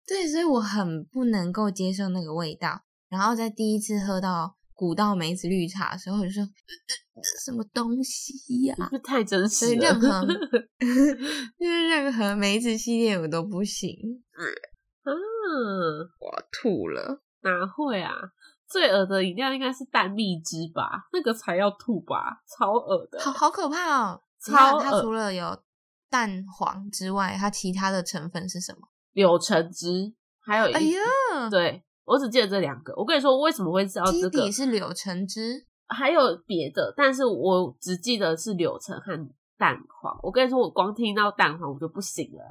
对，所以我很不能够接受那个味道。然后在第一次喝到古道梅子绿茶的时候，我就说呃呃呃什么东西 呀、
这太真
所以
实了
任。何 就是任何梅子系列我都不行，
嗯，
我吐了。
哪会啊？最恶的饮料应该是蛋蜜汁吧，那个才要吐吧，超恶的。
好好可怕哦！
超
那它
恶
除了有蛋黄之外，它其他的成分是什么？
柳橙汁，还有一、
哎呀，
对我只记得这两个。我跟你说，我为什么会知道
基
这个
底？是柳橙汁，
还有别的，但是我只记得是柳橙和蛋黄。我跟你说，我光听到蛋黄我就不行了啦。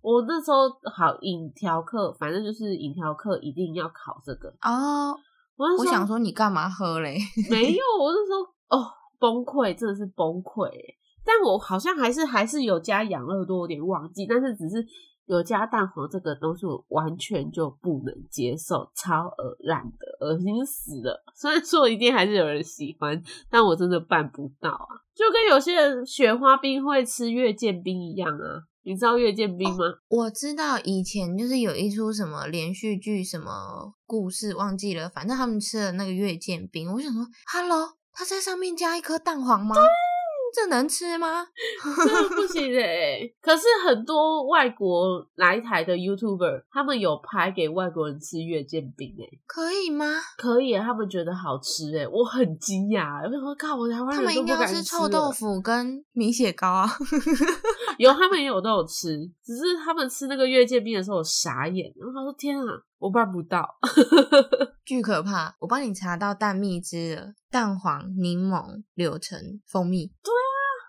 我那时候好饮调课，反正就是饮调课一定要考这个。
哦，
我那
我
时候
想说你干嘛喝嘞？
没有，我那时候哦崩溃，真的是崩溃耶。但我好像还是还是有加养乐多，我有点忘记，但是只是有加蛋黄这个东西，我完全就不能接受，超恶烂的，恶心死了。虽然说一定还是有人喜欢，但我真的办不到啊，就跟有些人雪花冰会吃月见冰一样啊。你知道月见冰吗？
我知道以前就是有一出什么连续剧什么故事忘记了，反正他们吃了那个月见冰，我想说，Hello，他在上面加一颗蛋黄吗？这能吃吗？
真的 不行的、欸。可是很多外国来台的 YouTuber，他们有拍给外国人吃月见冰诶、
可以吗？
可以耶，他们觉得好吃哎，我很惊讶，欸我想说靠，我台湾
他
人
们
都
应
不
该要
敢
吃
吃
臭豆
了，
腐跟米血糕啊。
有他们也有都有吃，只是他们吃那个月见冰的时候我傻眼，然后他说天啊，我办不到，
巨可怕！我帮你查到蛋蜜汁了，蛋黄、柠檬、柳橙、蜂蜜，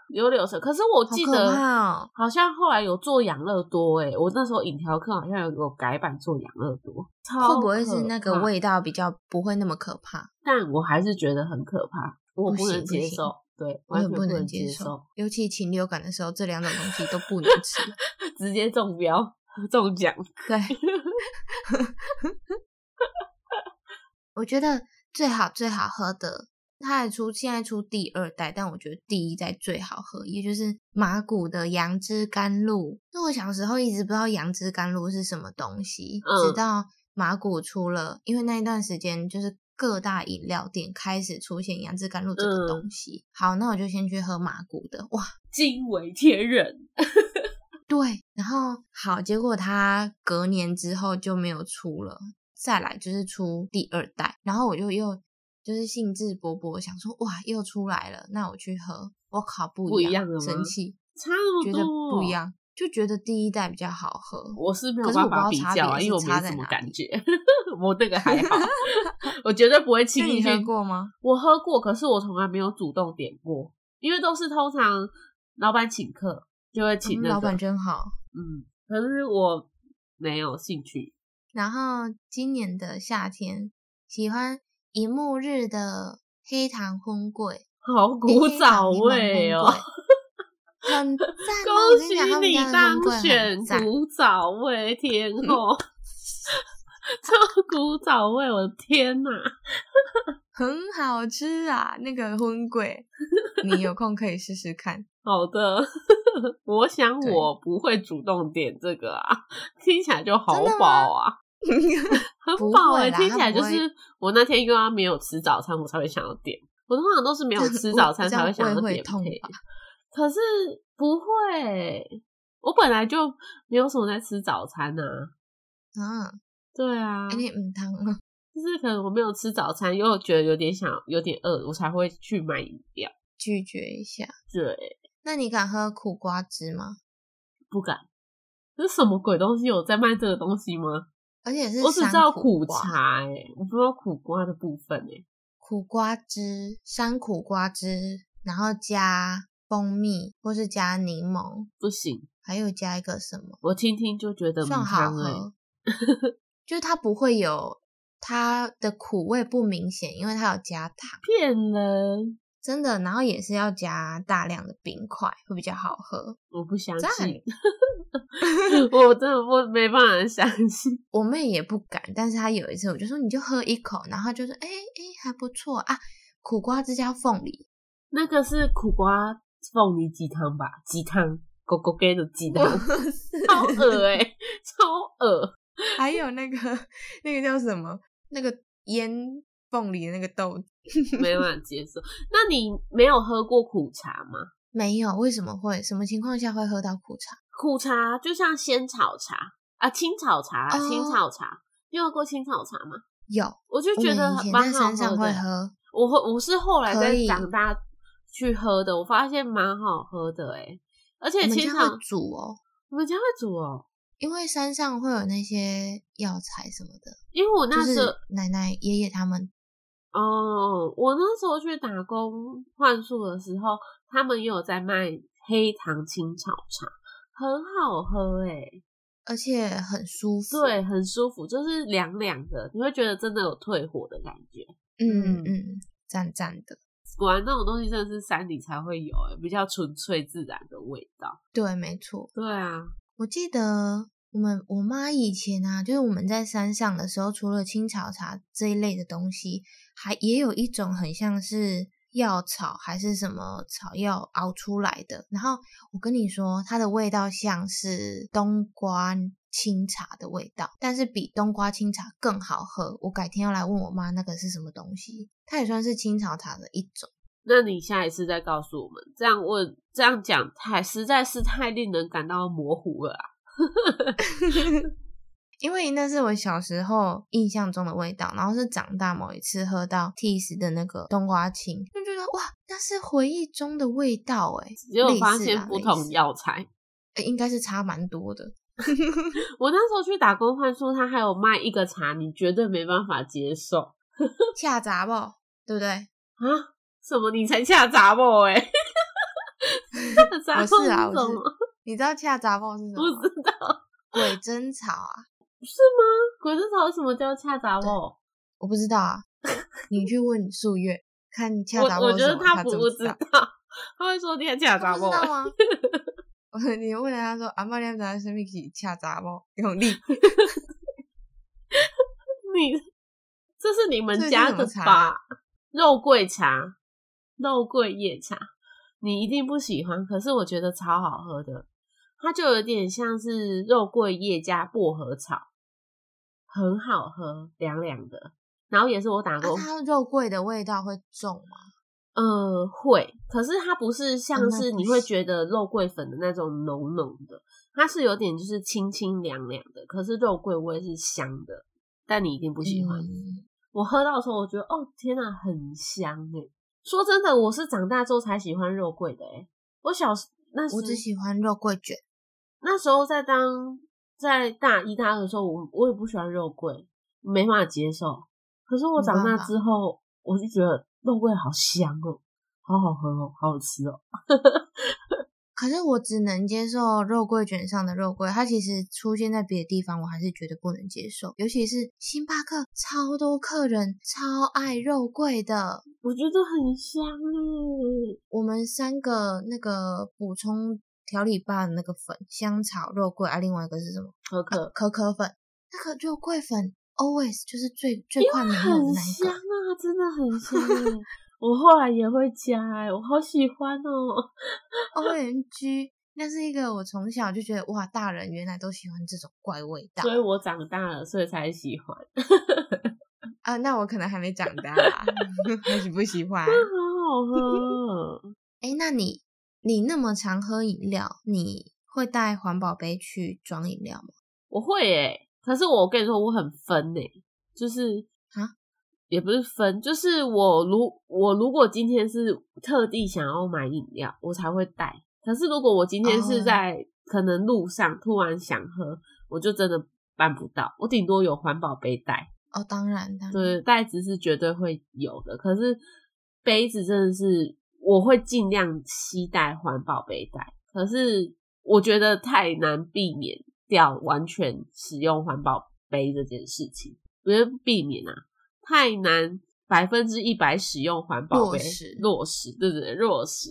有柳橙，可是我
好
记
可
得
怕哦！
好像后来有做养乐多哎，我那时候影条课好像有有改版做养乐多，超
会不会是那
可
个
怕？
味道比较不会那么可怕？
但我还是觉得很可怕，我
不
能
行不
接
行
受，对，
我
完
也
全
不能
能
接
受
受，，尤其禽流感的时候，这两种东西都 不能吃。
直接中标中奖。
对， 我觉得最好最好喝的，它还出现在出第二代，但我觉得第一代最好喝，也就是马古的杨枝甘露。那我小时候一直不知道杨枝甘露是什么东西，
嗯
直到马古出了，因为那一段时间就是。各大饮料店开始出现杨枝甘露这
嗯
个东西，好，那我就先去喝马古的，哇，
惊为天人，
对，然后好，结果它隔年之后就没有出了，再来就是出第二代，然后我就又就是兴致勃勃想说，哇，又出来了，那我去喝，我靠，
不
不
一
一
样了吗
生气，
差那
觉
么
得
多，
不一。样，就觉得第一代比较好喝。
我是没有
可是
办
我
法
不
比
知道差
较啊，
别
因为我
是
没
差在
什么
哪
感
里
觉， 我那 个还好， 我绝对不会
那
轻易
你
去
喝过吗？
我喝过，可是我从来没有主动点过，因为都是通常老板请客就会请
嗯
那个，
老板真好。
嗯，可是我没有兴趣。
然后今年的夏天，喜欢一木日的黑糖烘桂，
好古早味哦！
黑糖柠檬烘桂，很赞哦、
恭
我跟讲他
喜
们
你
家的
当
烘桂
选
很赞，嗯
古早味天后， 这古早味，我的天哪！
很好吃啊！那个烘桂，你有空可以试试 看。
好的，我想
对
我不会主动点这个啊，听起来就好
真的吗
饱啊。很
不
饱哎、
会啦
听起来
它不
就
会
是我那天因为他没有吃早餐，我才会想要点。我通常都是没有 吃早餐
这样
才想要
胃会
点
痛
配
吧，
可是不会，我本来就没有什么在吃早餐呐、啊。
嗯，
对啊，
哎、你嗯汤了，
就是可能我没有吃早餐，又觉得有点想有点饿，我才会去买饮料。
拒绝一下。
对，
那你敢喝苦瓜汁吗？
不敢。这是什么鬼东西？有在卖这个东西吗？
而且是
我只
山
知道
苦
苦
瓜，
茶、欸，我不知道苦瓜的部分哎、
苦瓜汁、山苦瓜汁，然后加蜂蜜或是加柠檬，
不行，
还有加一个什么，
我听听就觉得
算
母
好
汤哎、
喝。 就是它不会有它的苦味不明显，因为它有加糖，
骗人！
真的。然后也是要加大量的冰块，会比较好喝。
我不相
赞
信， 我真的不没办法相信。
我妹也不敢，但是她有一次我就说你就喝一口，然后她就说哎哎、还不错啊，苦瓜汁加凤梨，
那个是苦瓜凤梨鸡汤吧？鸡汤，狗狗给的鸡汤，超恶哎、超恶！
还有那个那个叫什么那个腌凤梨的那个豆子
没办法接受。那你没有喝过苦茶吗？
没有，为什么会什么情况下会喝到苦茶？
苦茶就像仙草茶啊，青草茶，
哦
青草茶。你有喝过青草茶吗？
有，
我就
我
觉得
们以前
蛮
在
好
山上
喝
会
的。欸
喝，
我后我是后来
可
在
以
长大去喝的，我发现蛮好喝的哎、而
我
且
们
青
家
草
会煮哦。
你们家会煮哦？
因为山上会有那些药材什么的，
因为我那
就
时候
是，奶奶、爷爷他们
哦，我那时候去打工换宿的时候，他们也有在卖黑糖青草茶，很好喝欸诶、
而且很舒服。
对，很舒服，就是凉凉的，你会觉得真的有退火的感觉。嗯
嗯嗯，赞赞的。
果然那种东西真的是山里才会有、欸，比较纯粹自然的味道。
对，没错。
对啊，
我记得我们我妈以前啊，就是我们在山上的时候，除了青草茶这一类的东西，还也有一种很像是药草还是什么草药熬出来的。然后我跟你说，它的味道像是冬瓜清茶的味道，但是比冬瓜清茶更好喝。我改天要来问我妈那个是什么东西，它也算是青草茶的一种。
那你下一次再告诉我们，这样问这样讲太实在是太令人感到模糊了啊、
因为那是我小时候印象中的味道，然后是长大某一次喝到 Tis 的那个冬瓜青，就觉得哇，那是回忆中的味道哎、
结果
类似
发
啊
现不
类
同
似
药材。
呃应该是差蛮多的。
我那时候去打工换宿，他还有卖一个茶，你绝对没办法接受啊！
下杂不，对不对？
什么？你才下杂货哎、欸！ 下杂货
我是啊
什么？
你知道下杂不是什么
不
吗？
知道，
鬼针草啊，
是吗？鬼子草为什么叫下杂货？
我不知道啊，你去问素月看
我
下杂
我
不
觉
是什
得
么，
他
她
不
知
不
不知
知
道
道？，他会说你在下
她
杂
不
货
知道
欸。
吗？ 我你问了他说阿妈，你知道什么是恰杂不？用力。
你这是你们
这是
家
什么
的
茶
吧？肉桂茶、肉桂叶茶，你一定不喜欢。可是我觉得超好喝的，它就有点像是肉桂叶加薄荷草，很好喝，凉凉的。然后也是我打
啊，
工，
它肉桂的味道会重吗？
呃，会，可是它不是
哦
像
那
是
不
你会
行
觉得肉桂粉的那种浓浓的，它是有点就是清清凉凉的，可是肉桂味是香的，但你一定不喜欢。
嗯
我喝到的时候，我觉得哦天呐，很香哎！说真的，我是长大之后才喜欢肉桂的哎。我小时那时
我只喜欢肉桂卷，
那时候在当在大一大二的时候，我我也不喜欢肉桂，没办法接受。可是我长
没
大
办法
之后，我就觉得肉桂好香哦，好好喝哦，好好吃哦。
可是我只能接受肉桂卷上的肉桂，它其实出现在别的地方，我还是觉得不能接受。尤其是星巴克，超多客人超爱肉桂的。
我觉得很香哎，
我们三个那个补充调理吧的那个粉，香草肉桂，啊，另外一个是什么？
可可
可可粉。那个肉桂粉 always 就是最最快没有的
很
那一
香
个。
啊，真的很香哎。我后来也会加哎，我好喜欢哦。
O N G，那是一个我从小就觉得哇，大人原来都喜欢这种怪味道
所以我长大了，所以才喜 欢。
啊。那我可能还没长大、啊，还喜不喜欢？
好好喝。哦
哎，那你你那么常喝饮料，你会带环保杯去装饮料吗？
我会诶、可是我跟你说，我很分诶、就是
啊，
也不是分，就是我如我如果今天是特地想要买饮料，我才会带。可是如果我今天是
哦
在可能路上突然想喝，我就真的办不到。我顶多有环保杯带，
哦，当然，当然。
对，袋子是绝对会有的。可是杯子真的是我会尽量期待环保杯带，可是我觉得太难避免掉完全使用环保杯这件事情，不是避免啊，太难百分之一百使用环保杯
落实
落实，对对对，落实。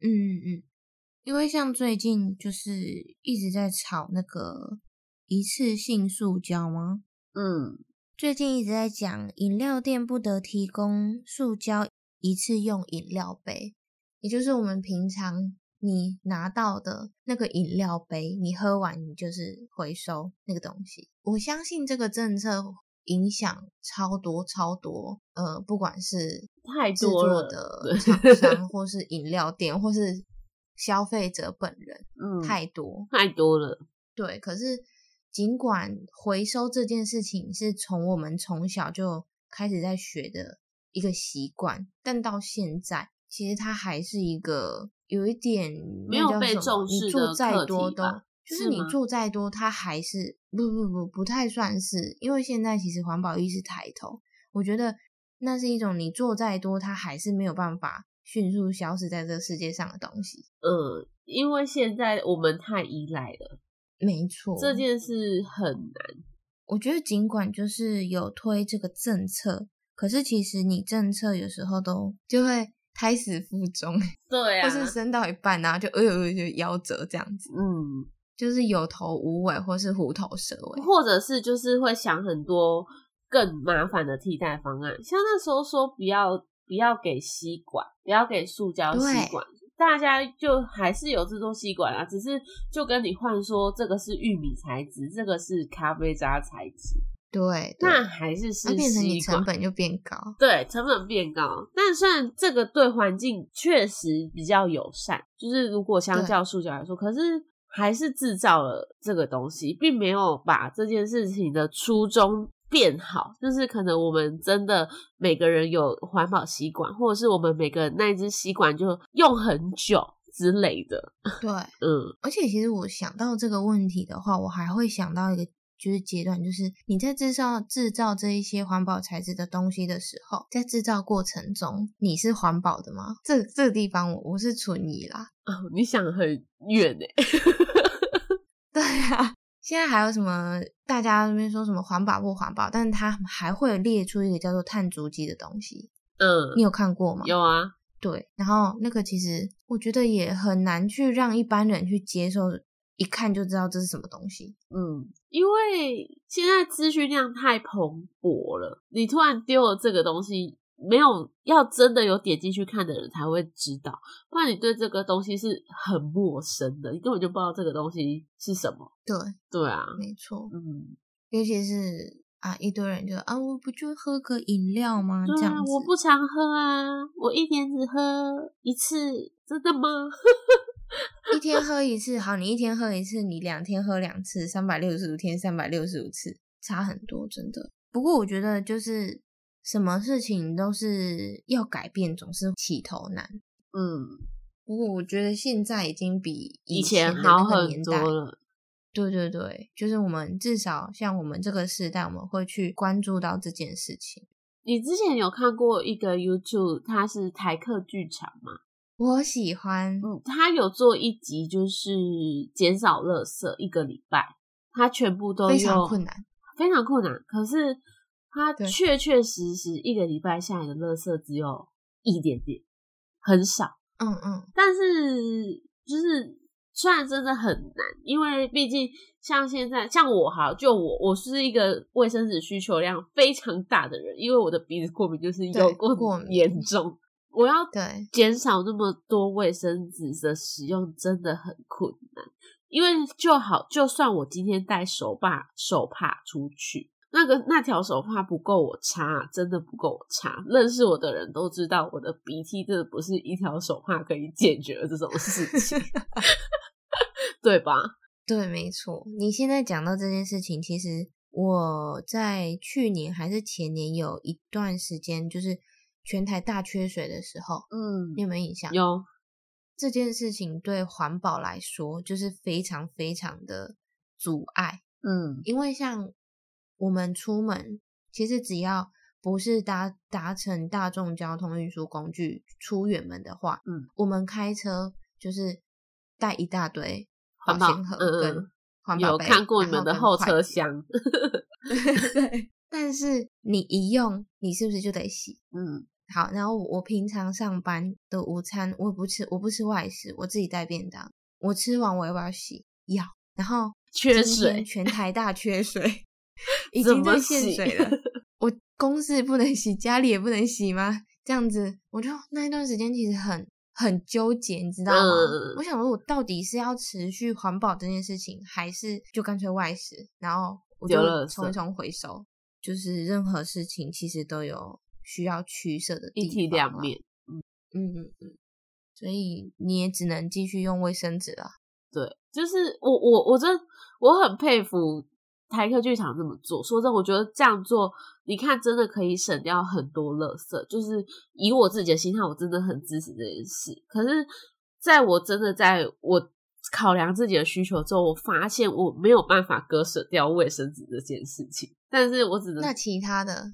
嗯嗯，因为像最近就是一直在炒那个一次性塑胶吗？
嗯，
最近一直在讲饮料店不得提供塑胶一次用饮料杯，也就是我们平常你拿到的那个饮料杯，你喝完你就是回收那个东西。我相信这个政策影响超多超多，呃，不管是
太
制
多
作
了
的
对
厂商，或是饮料店，或是消费者本人，
嗯，
太多。
太多了，
对，可是尽管回收这件事情是从我们从小就开始在学的一个习惯，但到现在，其实它还是一个有一点
没
那
有
叫
被
什么
重
你
视
做
的
再
课
多
题
都
吧
就是
是
你
吗
做再多，它还是不不不不太算是，因为现在其实环保意识抬头，我觉得那是一种你做再多，它还是没有办法迅速消失在这个世界上的东西。
嗯，因为现在我们太依赖了，
没错，
这件事很难。
我觉得尽管就是有推这个政策，可是其实你政策有时候都就会胎死腹中，
对啊
或是生到一半然后就哎呦就夭折这样子，
嗯，
就是有头无尾或是虎头蛇尾。
或者是就是会想很多更麻烦的替代方案，像那时候说不要不要给吸管，不要给塑胶吸管，大家就还是有制作吸管啊，只是就跟你换说这个是玉米材质，这个是咖啡渣材质，
对，对
那还是是
它变成你
吸管
成。本就变高。
对，成本变高，但虽然这个对环境确实比较友善，就是如果相
对
较塑胶来说，可是还是制造了这个东西，并没有把这件事情的初衷变好。就是可能我们真的每个人有环保吸管，或者是我们每个人那一支吸管就用很久之类的。
对，
嗯，
而且其实我想到这个问题的话，我还会想到一个就是阶段，就是你在制造制造这一些环保材质的东西的时候，在制造过程中你是环保的吗？这这个地方我我是存疑啦。
哦，你想很远欸诶、
对啊，现在还有什么大家那边说什么环保不环保，但是它还会列出一个叫做碳足迹的东西，
嗯，
你有看过吗？
有啊，
对，然后那个其实我觉得也很难去让一般人去接受，一看就知道这是什么东西。
嗯，因为现在资讯量太蓬勃了，你突然丢了这个东西，没有要真的有点进去看的人才会知道，不然你对这个东西是很陌生的，你根本就不知道这个东西是什么。
对，
对啊，
没错，
嗯，
尤其是啊，一堆人就啊，我不就喝个饮料吗？这
对啊
样，子，
我不常喝啊，我一年只喝一次，真的吗？
一天喝一次，好，你一天喝一次，你两天喝两次，三百六十五天，三百六十五次，差很多，真的。不过我觉得就是什么事情都是要改变，总是起头难。
嗯，
不过我觉得现在已经比
以
前
前
的
好
那个
很
年
多
代，
了。
对对对，就是我们至少像我们这个时代，我们会去关注到这件事情。
你之前有看过一个 YouTube，它是台客剧场吗？
我喜欢，
嗯，他有做一集就是减少垃圾一个礼拜，他全部都
非常
用
困难，
非常困难。可是他
对
确确实实一个礼拜下来的垃圾只有一点点，很少。
嗯嗯，
但是就是虽然真的很难，因为毕竟像现在像我哈，就我我是一个卫生纸需求量非常大的人，因为我的鼻子过敏就是有
对过敏
严重，我要
对
减少那么多卫生纸的使用真的很困难，因为就好，就算我今天带手帕手帕出去，那个那条手帕不够我擦，真的不够我擦。认识我的人都知道，我的鼻涕真的不是一条手帕可以解决的这种事 情，对吧？
对，没错。你现在讲到这件事情，其实我在去年还是前年有一段时间，就是全台大缺水的时候，
嗯
你，有没有印象？
有，
这件事情对环保来说，就是非常非常的阻碍，
嗯
因为像我们出门，其实只要不是搭搭乘大众交通运输工具出远门的话，
嗯，
我们开车就是带一大堆
环
保
保
鲜盒
嗯嗯
跟环保
有
杯
看过你
然
们的
跟
后
筷
车
子，
厢，
对。但是你一用，你是不是就得洗？
嗯
好，然后我我平常上班的午餐我不吃，我不吃外食，我自己带便当。我吃完我要不要洗？要。然后
缺
今天
水
全台大 缺水，已
怎
经
么
在限
洗
水了。 我公司不能洗，家里也不能洗吗？这样子，我就那一段时间其实很很纠结，你知道吗？
嗯
我想说，我到底是要持续环保这件事情，还是就干脆外食，然后我
丢
就
垃圾
冲一冲回收。就是任何事情其实都有需要取舍的地
一
方，
体两。面，
嗯嗯嗯，所以你也只能继续用卫生纸了。
对，就是我我我真我很佩服台客剧场这么做。说真的，我觉得这样做，你看真的可以省掉很多垃圾。就是以我自己的心态，我真的很支持这件事。可是，在我真的在我考量自己的需求之后，我发现我没有办法割舍掉卫生纸这件事情。但是我只能
那其他的，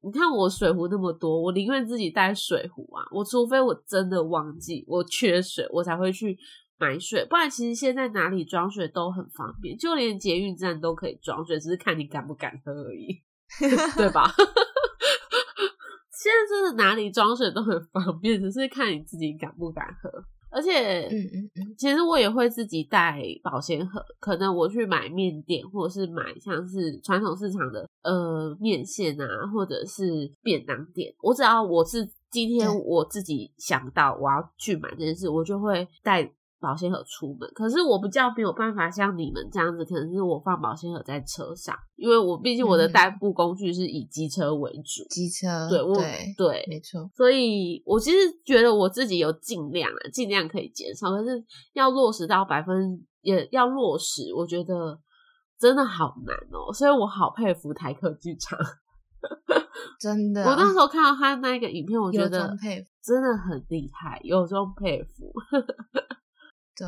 你看我水壶那么多，我宁愿自己带水壶啊。我除非我真的忘记我缺水，我才会去买水。不然其实现在哪里装水都很方便，就连捷运站都可以装水，只是看你敢不敢喝而已，对吧？ 现在真的哪里装水都很方便，只是看你自己敢不敢喝。而且，
嗯嗯嗯，
其实我也会自己带保鲜盒，可能我去买面店，或者是买像是传统市场的呃面线啊，或者是便当店。我只要我是今天
对
我自己想到我要去买这件事，我就会带保鲜盒出门。可是我比较没有办法像你们这样子，可能是我放保鲜盒在车上，因为我毕竟我的
嗯
代步工具是以机车为主。
机车，
对，我
对，
对
没错，
所以我其实觉得我自己有尽量啊，尽量可以减少，可是要落实到百分，也要落实，我觉得真的好难哦。所以我好佩服台客剧场。
真的。
我那时候看到他那个影片，我觉
啊有
得
种佩服，
真的很厉害，有种佩服。
对，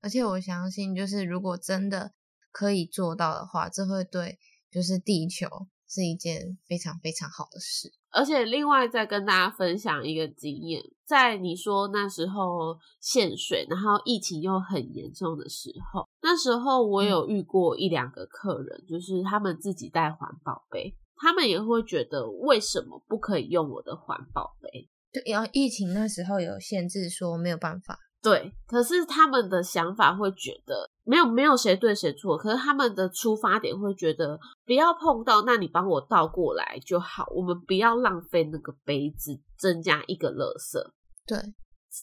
而且我相信，就是如果真的可以做到的话，这会对就是地球是一件非常非常好的事。
而且另外再跟大家分享一个经验，在你说那时候限水，然后疫情又很严重的时候，那时候我有遇过一两个客人，就是他们自己带环保杯，他们也会觉得为什么不可以用我的环保杯？
对，然后疫情那时候有限制，说没有办法。
对，可是他们的想法会觉得没有没有谁对谁错，可是他们的出发点会觉得不要碰到，那你帮我倒过来就好，我们不要浪费那个杯子，增加一个垃圾。
对，
哦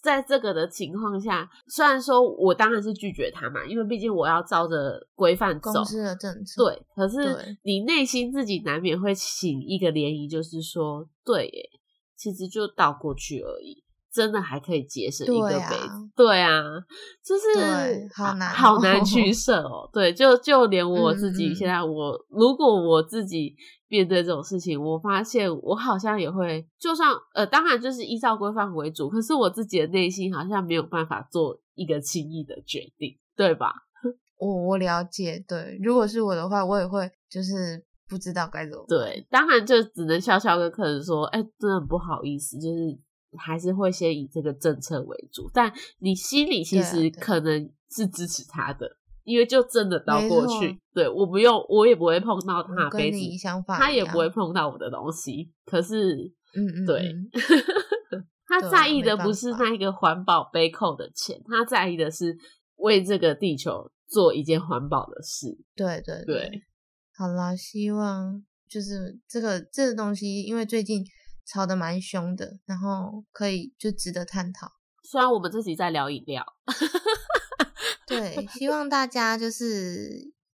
在这个的情况下，虽然说我当然是拒绝他嘛，因为毕竟我要照着规范走。
公司的政策，
对，可是
对
你内心自己难免会起一个涟漪，就是说，对耶，其实就倒过去而已，真的还可以节省一个杯
对啊
子。对啊，就是
对好难哦
好难取舍哦。对，就就连我
嗯
自己
嗯
现在我，如果我自己面对这种事情，我发现我好像也会，就算呃，当然就是依照规范为主，可是我自己的内心好像没有办法做一个轻易的决定，对吧？
我我了解，对，如果是我的话，我也会就是不知道该怎么办，
对，当然就只能笑笑跟客人说，哎、真的很不好意思，就是还是会先以这个政策为主，但你心里其
对啊
实
对
可能是支持他的，因为就真的到
没
过
错
去，对我不用，我也不会碰到他
我
的杯
跟
子，
你相反一样，
他也不会碰到我的东西，可是
嗯，嗯嗯，
对他
对啊
在意
没
的
办
不是
法
那一个环保杯扣的钱，他在意的是为这个地球做一件环保的事，
对对
对。
好啦，希望就是这个这个东西，因为最近吵得蛮凶的，然后可以就值得探讨。
虽然我们自己在聊饮料，
对，希望大家就是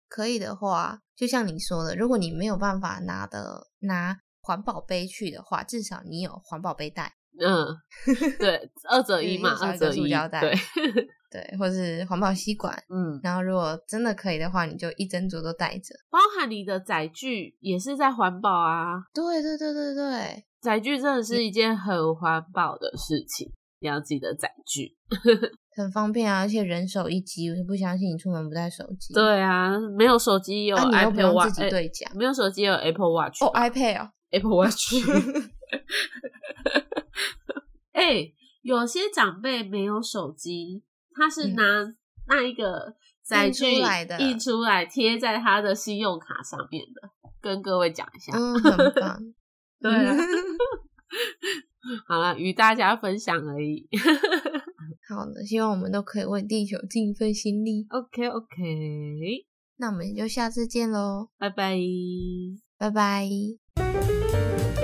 可以的话，就像你说的，如果你没有办法拿的拿环保杯去的话，至少你有环保杯袋，
嗯，对，二者一
对
嘛
又，少
二
一个
者
塑
一，
胶袋
对，
对，或是环保吸管。
嗯，
然后如果真的可以的话，你就一整组都带着。
包含你的载具也是在环保啊，
对对对对对，
载具真的是一件很环保的事情，你要记得载具。
很方便啊，而且人手一机，我就不相信你出门不带手机。，
对啊，没有手机有
啊，你又不
Apple
用
Watch，
自己
哎、
对 讲。
没有手机有 Apple Watch，、
哦 ，iPad 哦，
Apple Watch。哎、有些长辈没有手机，他是
嗯
拿那一个载
印
具
出来的
印出来贴在他的信用卡上面的，跟各位讲一下。
嗯，很棒。 嗯
对啊，好了，与大家分享而已。
好的，希望我们都可以为地球尽一份心力。
OK OK，
那我们就下次见喽，
拜拜。
拜拜。